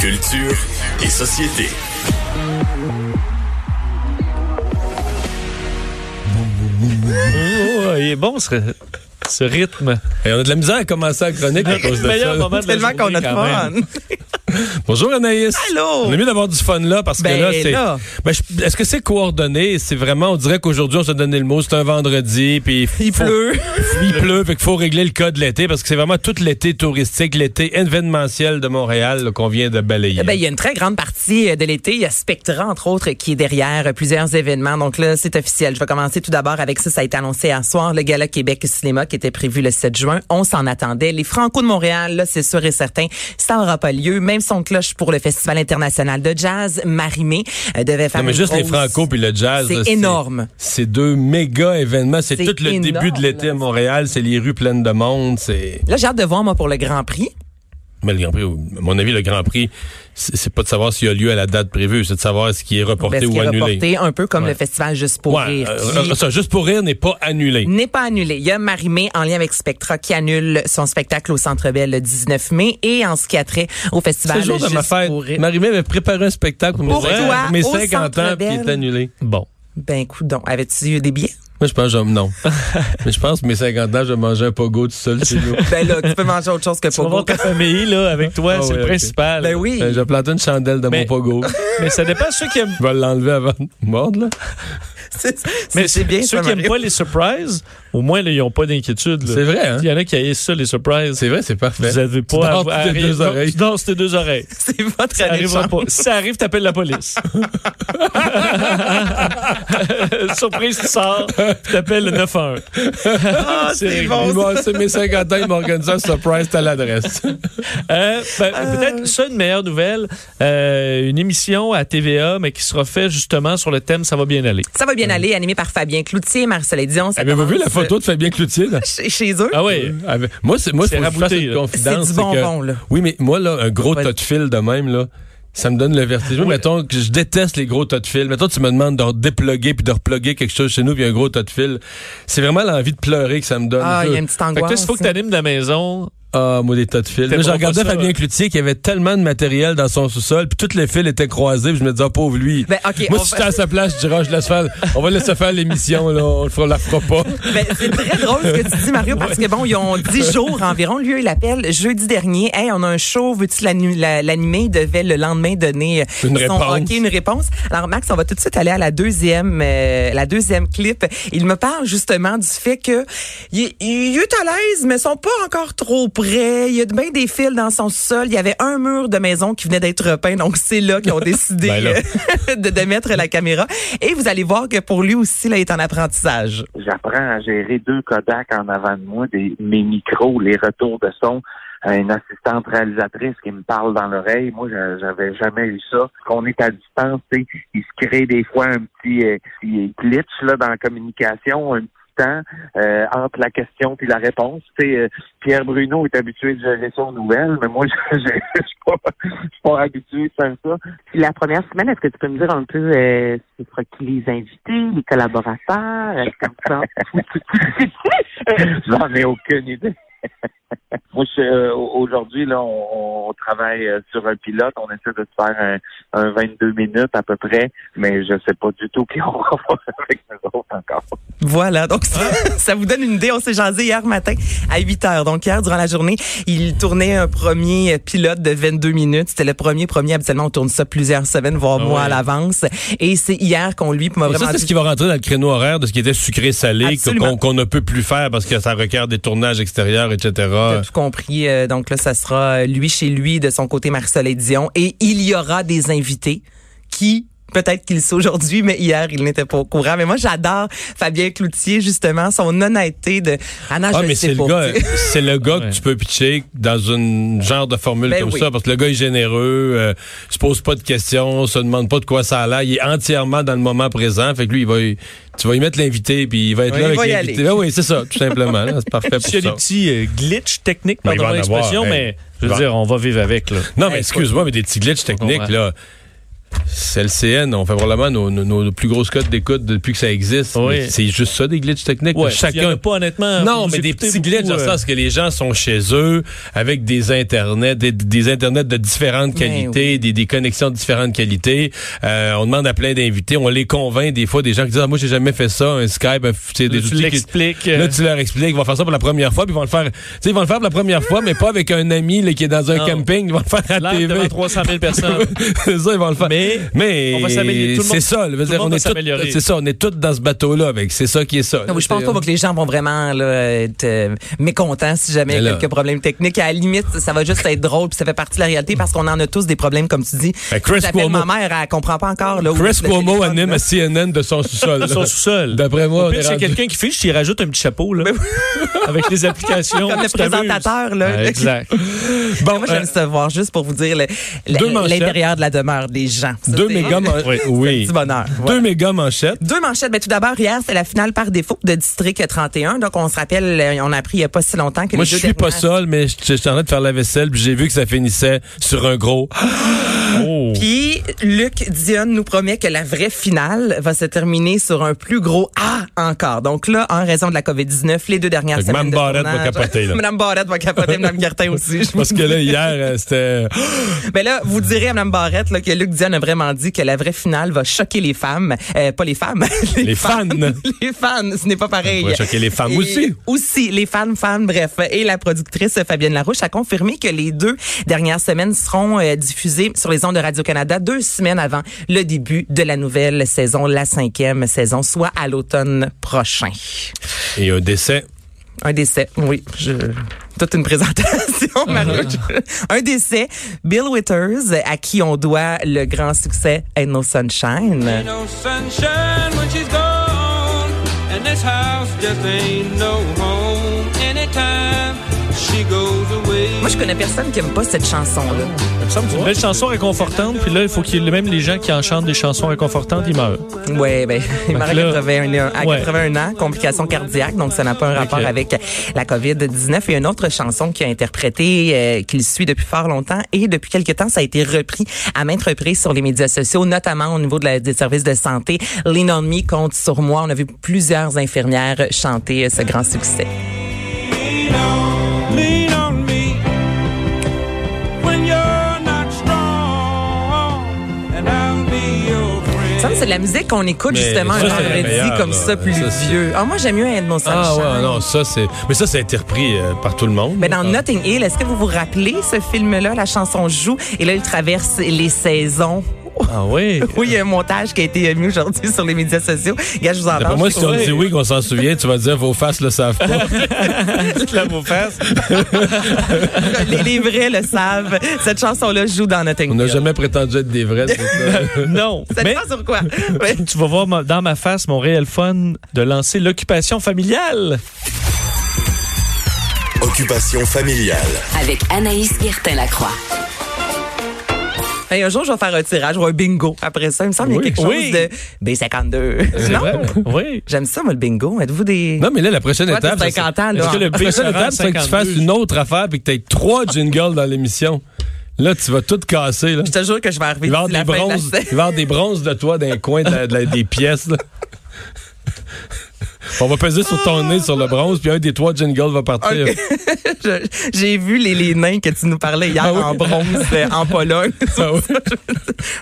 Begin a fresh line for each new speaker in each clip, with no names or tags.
Culture et société.
Oh, il est bon ce, ce rythme.
Et on a de la misère à commencer la chronique à cause de
meilleur
ça.
moment de la
Tellement qu'on a de
journée, quand même.
fun.
Bonjour Anaïs.
Allô?
On est mieux d'avoir du fun là parce
Ben,
que là, c'est.
là.
Ben, je- Est-ce que c'est coordonné? C'est vraiment, on dirait qu'aujourd'hui, on se donné le mot, c'est un vendredi, puis.
Il
faut-
pleut.
Il pleut, fait qu'il faut régler le code de l'été parce que c'est vraiment tout l'été touristique, l'été événementiel de Montréal là, qu'on vient de balayer.
Ben, il y a une très grande partie euh, de l'été. Il y a Spectra, entre autres, qui est derrière euh, plusieurs événements. Donc là, c'est officiel. Je vais commencer tout d'abord avec ça. Ça a été annoncé hier soir. Le Gala Québec Cinéma qui était prévu le 7 juin. On s'en attendait. Les Franco de Montréal, là, c'est sûr et certain, ça n'aura pas lieu. Même son de cloche pour le Festival international de jazz, Marimé euh, devait faire
Non, mais
une
juste les
grosse-
Franco puis le jazz.
C'est
là,
énorme.
C'est deux méga événements. C'est
C'est
tout le
énorme.
début de l'été à Montréal. C'est les rues pleines de monde. C'est.
Là, j'ai hâte de voir, moi, pour le Grand Prix.
Mais Ben, le Grand Prix, à mon avis, le Grand Prix, c'est c'est pas de savoir s'il y a lieu à la date prévue, c'est de savoir ce qui est reporté
Parce
ou
qu'il Ben, est
annulé.
reporté un peu comme le Festival Juste pour
Ouais,
rire.
euh,
qui-
ça, juste pour rire n'est pas annulé.
n'est pas annulé. Il y a Marimé en lien avec Spectra qui annule son spectacle au Centre Bell le 19 mai et en ce qui a trait au
C'est
festival
le jour de
ben, Juste
ma fête.
pour rire.
Marie-Mé avait préparé un spectacle pour,
Pour
mes,
toi,
pour mes
au
50 ans,
Centre
puis il est
Bell.
annulé. Bon.
Ben coudon, avais-tu eu des billets
Moi, je pense, que je, non. Mais je pense que mes 50 ans, je vais manger un pogo tout seul chez nous.
Ben là, tu peux manger autre chose que
Tu vas
pour
voir ta famille là, avec toi,
Ah
c'est
oui,
le
ok.
principal.
Ben oui.
Euh, Je vais planter une chandelle de
Mais-
mon pogo.
Mais ça dépend ceux qui aiment.
Je vais l'enlever avant de mordre, là.
C'est- c'est-
Mais
c'est bien
ceux
ça,
qui n'aiment
Mario.
pas les surprises, au moins là, ils n'ont pas d'inquiétude. là.
C'est vrai, hein?
Il y en a qui haïssent ça les surprises.
C'est vrai, c'est parfait.
Vous avez pas
Tu
à,
dors
à-
tes
à-
deux
non,
oreilles.
Tu danses tes deux oreilles.
C'est votre
Ça
année de
arrivera
chance.
pas. Si ça arrive, t'appelles la police. Surprise, tu sors, puis t'appelles le 911.
c'est
Ah,
réglé.
bon.
Ils m'ont- C'est mes 50 ans, ils m'ont organisé un surprise à l'adresse.
Euh, ben, Peut-être ça, une meilleure nouvelle. euh, une émission à TVA, mais qui sera faite justement sur le thème Ça va bien aller.
Ça va bien aller, animé par Fabien Cloutier, Marcel
Eh
Dion.
ben,
Ça
Avez-vous vu la
commence,
photo de Fabien Cloutier? là?
euh, chez, chez eux.
Ah oui.
Avec- Moi, c'est moi,
C'est
faut que je fasse
rabouté,
une
là.
confidence.
C'est du
c'est que-
bonbon, là.
Oui, mais moi, là, un gros
Ouais.
tas de fil de même, là. Ça me donne le vertige. Moi, Mettons que je déteste les gros tas de fil. Mettons, tu me demandes de déploguer puis de reploguer quelque chose chez nous, puis un gros tas de fil. C'est vraiment l'envie de pleurer que ça me donne.
Ah, il y a
Je-
une petite
Fait que toi,
angoisse.
il faut que t'animes de la maison.
Ah, moi, des tas de fils.
T'es
Là, je
pas
regardais
pas ça,
Fabien
ouais.
Cloutier qui avait tellement de matériel dans son sous-sol, puis tous les fils étaient croisés, puis je me disais, Ah, pauvre lui.
Ben, ok,
moi,
on
si
va-
j'étais à sa place, je dirais, Ah, je laisse faire, on va laisser faire l'émission, là, on le fera- on la fera pas.
Ben, c'est très drôle ce que tu dis, Mario, parce que bon, ils ont 10 jours environ. Lui, il appelle jeudi dernier. Hey, on a un show, veux-tu l'annu- la- l'animer? Il devait le lendemain donner euh,
Une
son
réponse.
OK, une réponse. Alors, Max, on va tout de suite aller à la deuxième, euh, la deuxième clip. Il me parle justement du fait que il, il est à l'aise, mais sont pas encore trop près. Il y a bien des fils dans son sol. Il y avait un mur de maison qui venait d'être repeint, donc c'est là qu'ils ont décidé
Ben là.
euh, de, de mettre la caméra. Et vous allez voir que pour lui aussi, là, il est en apprentissage.
j'apprends à gérer deux Kodak en avant de moi, des, mes micros, les retours de son, euh, une assistante réalisatrice qui me parle dans l'oreille. Moi, je- j'avais jamais eu ça. Qu'on est à distance, tu sais, il se crée des fois un petit, euh, petit glitch là, dans la communication, un petit temps euh, entre la question puis la réponse. Tu sais, euh, Pierre Bruno est habitué de gérer son nouvelle, mais moi, je je- je suis pas, je suis pas habitué de faire ça.
Puis la première semaine, est-ce que tu peux me dire un peu euh, ce sera qui les invités, les collaborateurs, euh, comme ça?
J'en ai aucune idée. Moi, je- euh, aujourd'hui, là, on, on travaille euh, sur un pilote. On essaie de se faire un, un 22 minutes à peu près, mais je sais pas du tout qui on va voir avec nous autres encore.
Voilà, donc ça,
Ah.
ça vous donne une idée. On s'est jasé hier matin à 8 heures. Donc hier, durant la journée, il tournait un premier pilote de 22 minutes. C'était le premier premier. Habituellement, on tourne ça plusieurs semaines, voire
Ah
mois
ouais.
à l'avance. Et c'est hier qu'on lui... puis m'a
Et ça,
vraiment
c'est
dit-
ce qui va rentrer dans le créneau horaire de ce qui était sucré-salé, que-
Absolument.
qu'on qu'on ne peut plus faire parce que ça requiert des tournages extérieurs,
T'as
etc.
tout compris. Euh, donc là, ça sera euh, lui chez lui, de son côté, Marcel et Dion. Et il y aura des invités qui... Peut-être qu'il le sait aujourd'hui, mais hier, il n'était pas au courant. Mais moi, j'adore Fabien Cloutier, justement, son honnêteté de... Ah non,
Ah,
je
mais
sais
c'est le
pas.
gars, c'est le gars
Ouais.
que tu peux pitcher dans une genre de formule
Ben
comme
oui.
ça, parce que le gars est généreux, euh, se pose pas de questions, se demande pas de quoi ça a l'air, il est entièrement dans le moment présent, fait que lui, il va, y- tu vas y mettre l'invité, puis il va être
Ouais,
là
il va y
avec l'invité.
aller.
Ben oui, c'est ça, tout simplement, là, c'est parfait pour
S'il y a des
ça.
petits euh, glitches techniques,
Ben, il va
pardon
en
l'expression,
avoir, hey.
mais je veux
Il va-
dire, on va vivre avec. Là.
Non, mais excuse-moi, mais des petits glitches techniques,
comprends.
là. C'est le CN, on fait probablement nos, nos- nos plus grosses cotes d'écoute depuis que ça existe.
Oui.
Mais C'est juste ça, des glitches techniques.
Ouais, s'il y en a
Chacun.
pas honnêtement.
Non,
vous
mais des
écoutez
petits
beaucoup,
glitches, dans le
euh,
sens que les gens sont chez eux, avec des internets, des, des internets de
Ben
différentes
Mais
qualités, des, des connexions de différentes qualités. Euh, on demande à plein d'invités, on les convainc des fois, des gens qui disent, ah, moi, j'ai jamais fait ça, un Skype, un- c'est des
Là, tu
outils qui-
l'expliques.
Là,
euh,
tu leur expliques, ils vont faire ça pour la première fois, puis ils vont le faire. Tu sais, ils vont le faire pour la première fois, mais pas avec un ami là, qui est dans un
Non.
camping. Ils vont le faire à la
live devant
TV.
300 000 personnes.
c'est ça, ils vont le faire.
Mais
Mais
on va s'améliorer. Tout le
c'est
monde-
ça, le-
tout le
dire,
monde
on
va
est
s'améliorer.
tous, c'est ça, on est tous dans ce bateau-là avec, c'est ça qui est ça.
Non, oui, je pense
C'est-
pas moi, que les gens vont vraiment là, être euh, mécontents si jamais il y
Mais
a
là-
quelques problèmes techniques. À la limite, ça va juste être drôle, puis ça fait partie de la réalité parce qu'on en a tous des problèmes, comme tu dis.
Ben, Chris
J'appelle
Cuomo.
ma mère, elle comprend pas encore. Là, où
Chris
le
Cuomo
téléphone,
anime
là.
à CNN de son sous-sol.
Ils sont
là.
sous-sol.
D'après moi,
Au
on
pire,
est
s'il y a
rendu-
quelqu'un qui fiche, il rajoute un petit chapeau, là. avec les applications.
Comme le
Tu t'amuses.
présentateur, hein. là.
Ouais, exact.
Ah, Bon,
Moi, j'aime
euh,
ça voir juste pour vous dire le- le-
Deux manchettes.
l'intérieur de la demeure des gens. Ça,
deux
c'est-
méga manchettes.
Oui.
Oui.
Petit bonheur.
Deux méga manchettes.
Deux manchettes. Ben, tout d'abord, hier, c'est la finale par défaut de District 31. Donc, on se rappelle, euh, on a appris il n'y a pas si longtemps que
Moi,
les
je
deux
suis pas
dernières-
seul, mais je je suis en train de faire la vaisselle, puis j'ai vu que ça finissait sur un gros.
Ah,
Oh.
Puis, Luc Dionne nous promet que la vraie finale va se terminer sur un plus gros A encore. Donc là, en raison de la COVID-19, les deux dernières
Fait que Mme
semaines de
Barrette va
tournage-
capoter, là.
Mme Barrette va capoter, Mme Gertin aussi. je vous
Parce que là, hier, euh, c'était.
Ben là, vous direz à Mme Barrette là, que Luc Dion a vraiment dit que la vraie finale va choquer les femmes. Euh, pas les femmes. les,
Les fans.
les fans, ce n'est pas pareil.
Ça pourrait choquer les femmes
Et
aussi.
Aussi, les fans, fans, bref. Et la productrice Fabienne Larouche a confirmé que les deux dernières semaines seront euh, diffusées sur les ondes de Radio-Canada deux semaines avant le début de la nouvelle saison, la cinquième saison, soit à l'automne prochain.
Et un décès.
Un décès, oui. Je... Toute une présentation,
Ah.
Mario. Un décès. Bill Withers, à qui on doit le grand succès Ain't No Sunshine.
no sunshine when she's gone. And this house just ain't no home. Anytime she goes away.
Moi, je connais personne qui aime pas cette chanson-là.
Il me semble que c'est une belle chanson réconfortante, puis là, il faut qu'il y ait même les gens qui en chantent des chansons réconfortantes, ils meurent.
Ouais, ben, il meurt à
là-
81 ans, à
Ouais.
81 ans, complications cardiaques, donc ça n'a pas un rapport
Ok.
avec la COVID-19. Et une autre chanson qu'il a interprétée, euh, qu'il suit depuis fort longtemps, et depuis quelque temps, ça a été repris à maintes reprises sur les médias sociaux, notamment au niveau de la- des services de santé. Lean on me compte sur moi. On a vu plusieurs infirmières chanter euh, ce grand succès.
lean on, lean on me when you're not strong, and I'll be your friend.
Ça, c'est de la musique qu'on écoute
Mais
justement
ça,
un
c'est la
vendredi
meilleure,
comme
là.
ça, plus
Ça, c'est-
vieux. Ah, moi, j'aime mieux Edmond
Ah ouais, non, ça c'est. Mais ça, ça a été repris euh, par tout le monde.
Mais dans
Ah.
Notting Hill, est-ce que vous vous rappelez ce film-là? La chanson joue et là, il traverse les saisons.
Ah oui?
Oui, il y a un montage qui a été euh, mis aujourd'hui sur les médias sociaux. Gars, je vous en
D'après
parle.
moi, si on dit oui, qu'on s'en souvient, tu vas dire vos faces le savent pas.
là, vos fesses.
les, les vrais le savent. Cette chanson-là joue dans Notting
On n'a
Hill.
jamais prétendu être des vrais. c'est ça.
Non.
Ça
Mais
dépend sur quoi? Ouais.
tu vas voir ma- dans ma face mon réel fun de lancer l'occupation familiale.
Occupation familiale.
Avec Anaïs Guertin-Lacroix.
Hey, un jour, je vais faire un tirage ou un bingo. Après ça, il me semble qu'il y a
Oui.
Oui.
quelque chose de B52. Non?
Oui.
J'aime ça, moi, le bingo. Êtes-vous des...
Non, mais là, la prochaine
Toi, t'as
étape. ça,
50 ans, là.
Parce que le
La
pire
prochaine
étape,
étape,
c'est que tu
52.
fasses une autre affaire puis que tu aies trois jingles dans l'émission. Là, tu vas tout casser. Là.
Je te jure que je vais arriver
Il va y avoir
d'ici
des
la fin de la
bronzes, il va y avoir des bronzes de toi dans les coins de la- de la- des pièces. là. On va peser sur ton nez, sur le bronze, puis un des trois jingles va partir.
Je- J'ai vu les, les nains que tu nous parlais hier
Ah oui?
en bronze euh, en Pologne.
Ah oui.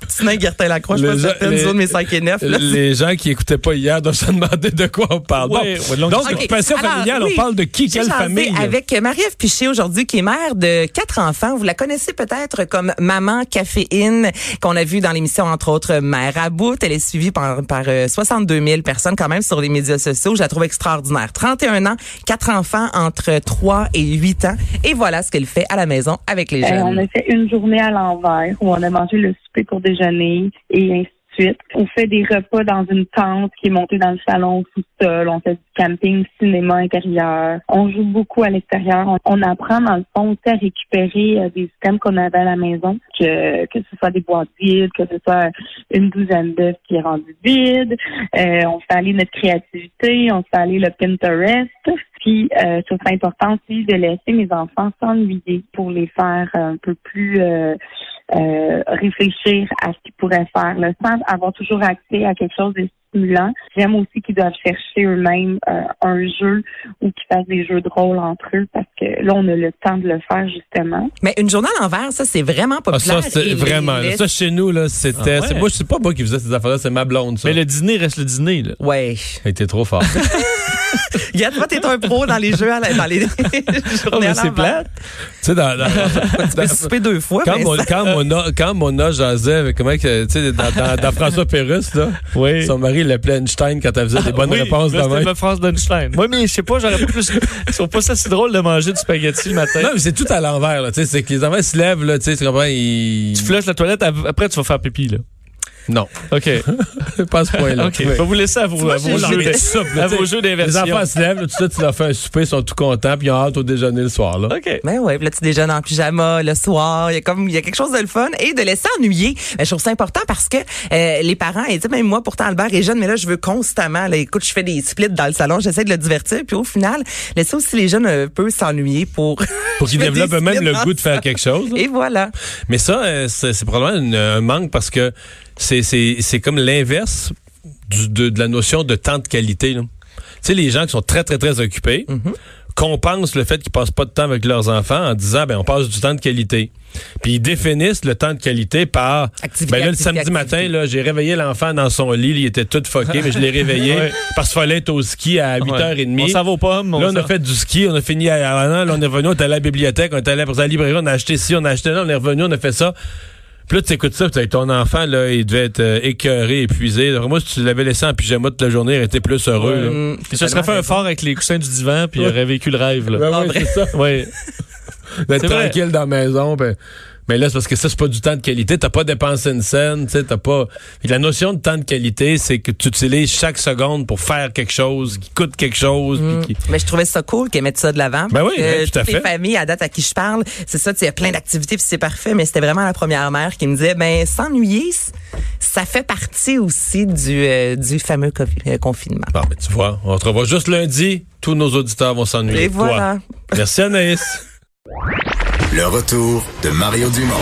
Petit nain Gertin Lacroix, je
Les
pense
gens-
certaines
les-
zones, mes 5 et 9. là.
Les gens qui écoutaient pas hier doivent se demander de quoi on parle.
Ouais,
Bon.
ouais, donc-
donc,
Ok,
occupation
alors,
familiale,
oui,
on parle de qui,
J'ai
quelle
jasé
famille?
Avec euh, Marie-Ève Piché aujourd'hui, qui est mère de quatre enfants. Vous la connaissez peut-être comme Maman Caféine, qu'on a vu dans l'émission, entre autres, Mère à bout. Elle est suivie par, par euh, 62 000 personnes quand même sur les médias sociaux. Je la trouve extraordinaire. 31 ans, quatre enfants entre 3 et 8 ans. Et voilà ce qu'elle fait à la maison avec les
Euh,
jeunes.
on a fait une journée à l'envers où on a mangé le souper pour déjeuner et ainsi de suite. On fait des repas dans une tente qui est montée dans le salon tout seul. On fait du camping, cinéma intérieur. On joue beaucoup à l'extérieur. On, on apprend dans le fond aussi à récupérer euh, des items qu'on avait à la maison, que, que ce soit des boîtes vides, que ce soit une douzaine d'œufs qui est rendu vide. Euh, on fait aller notre créativité, on fait aller le Pinterest. Puis, euh, je trouve ça important aussi de laisser mes enfants s'ennuyer pour les faire un peu plus euh, euh, réfléchir à ce qu'ils pourraient faire, là, sans avoir toujours accès à quelque chose de stimulant. J'aime aussi qu'ils doivent chercher eux-mêmes euh, un jeu ou qu'ils fassent des jeux de rôle entre eux parce que là, on a le temps de le faire justement.
Mais une journée à l'envers, ça, c'est vraiment
Ah, ça,
populaire.
c'était
Et les
vraiment. là,
listes-
ça, chez nous, là, c'était.
Ah ouais?
c'est- Moi, c'est pas moi qui faisais ces affaires-là, c'est ma blonde, ça.
Mais le dîner reste le dîner. Là.
Ouais.
Elle était trop fort.
Regarde, toi, t'es un pro dans les jeux, à la- dans les
Ah,
journées
mais
à
c'est
l'envers.
plate.
tu sais, dans. dans-
Tu peux souper deux fois,
Quand,
mais
mon, quand, mon a, quand mon a jasait avec comment que, tu sais, dans, dans- dans François Pérusse, là,
Oui.
son mari l'appelait Einstein quand elle faisait des bonnes
Oui,
réponses
là,
de
C'était
même.
ma phrase d'Einstein. Moi, mais je sais pas, j'aurais pas plus. Ils sont pas ça si drôle de manger du spaghetti le matin.
Non, mais c'est tout à l'envers, là, tu sais, c'est que les enfants se lèvent, là, tu sais, tu comprends, ils...
Tu flushes la toilette, av- après tu vas faire pipi, là.
Non,
OK.
pas à ce point-là.
OK.
Oui.
Je vais vous laisser à vos, à
Moi,
vos
j'ai
jeux
l'envie
d'in-
de
soupe, là,
à
tu sais.
vos jeux
Les
d'inversion.
enfants se lèvent, là, tout ça, tu leur fais un souper, ils sont tout contents, puis ils ont hâte au déjeuner le soir, là.
OK.
Ben ouais, puis là tu déjeunes en pyjama le soir, il y a comme il y a quelque chose de le fun et de laisser ennuyer. Ben, je trouve ça important parce que euh, les parents ils disent même moi pourtant Albert est jeune mais là je veux constamment là, écoute je fais des splits dans le salon, j'essaie de le divertir puis au final laisser aussi les jeunes euh, un peu s'ennuyer pour
Pour qu'ils
Je fais
développent
des
même le
splits
goût de faire quelque chose. là.
et voilà.
Mais ça, euh, c'est c'est probablement une- un manque parce que c'est- c'est c'est comme l'inverse du- de, de la notion de temps de qualité. là. Tu sais, les gens qui sont très, très, très occupés
Mm-hmm.
compensent le fait qu'ils passent pas de temps avec leurs enfants en disant, ben on passe du temps de qualité. Puis ils définissent le temps de qualité par,
Activité,
ben là, le
activité,
samedi
activité.
matin, là, j'ai réveillé l'enfant dans son lit, il était tout fucké, mais je l'ai réveillé
Ouais.
parce qu'il fallait être au ski à 8h30.
On s'en va aux pommes.
Là, on
s'en-
a fait du ski, on a fini à Havana, là, on est revenu, on est allé à la bibliothèque, on est allé à la librairie, on a acheté ci, on a acheté là, on est revenu, on a fait ça. Puis là, tu écoutes ça, puis ton enfant, là, il devait être euh, écœuré, épuisé. Alors, moi, si tu l'avais laissé en pyjama toute la journée, il aurait été plus heureux. là.
Hum,
Il se serait fait un fort avec les coussins du divan, puis il aurait vécu le rêve, là.
Ben oui, c'est ça.
Ouais.
D'être
C'est vrai.
tranquille dans la maison. ben- mais là, c'est parce que ça, c'est pas du temps de qualité. T'as pas dépensé une scène, tu sais, t'as pas. Puis La notion de temps de qualité, c'est que tu utilises chaque seconde pour faire quelque chose, qui coûte quelque chose.
Mm.
puis qui-
Mais je trouvais ça cool qu'elle mette ça de l'avant.
Ben oui,
Parce que
oui, tout à
toutes les
fait.
familles à date à qui je parle, c'est ça, tu sais, il y a plein d'activités puis c'est parfait, mais c'était vraiment la première mère qui me disait, ben s'ennuyer, c- ça fait partie aussi du, euh, du fameux co- euh, confinement.
Bon, mais tu vois, on se revoit juste lundi. Tous nos auditeurs vont s'ennuyer.
Et
de toi.
voilà.
Merci Anaïs.
Le retour de Mario Dumont.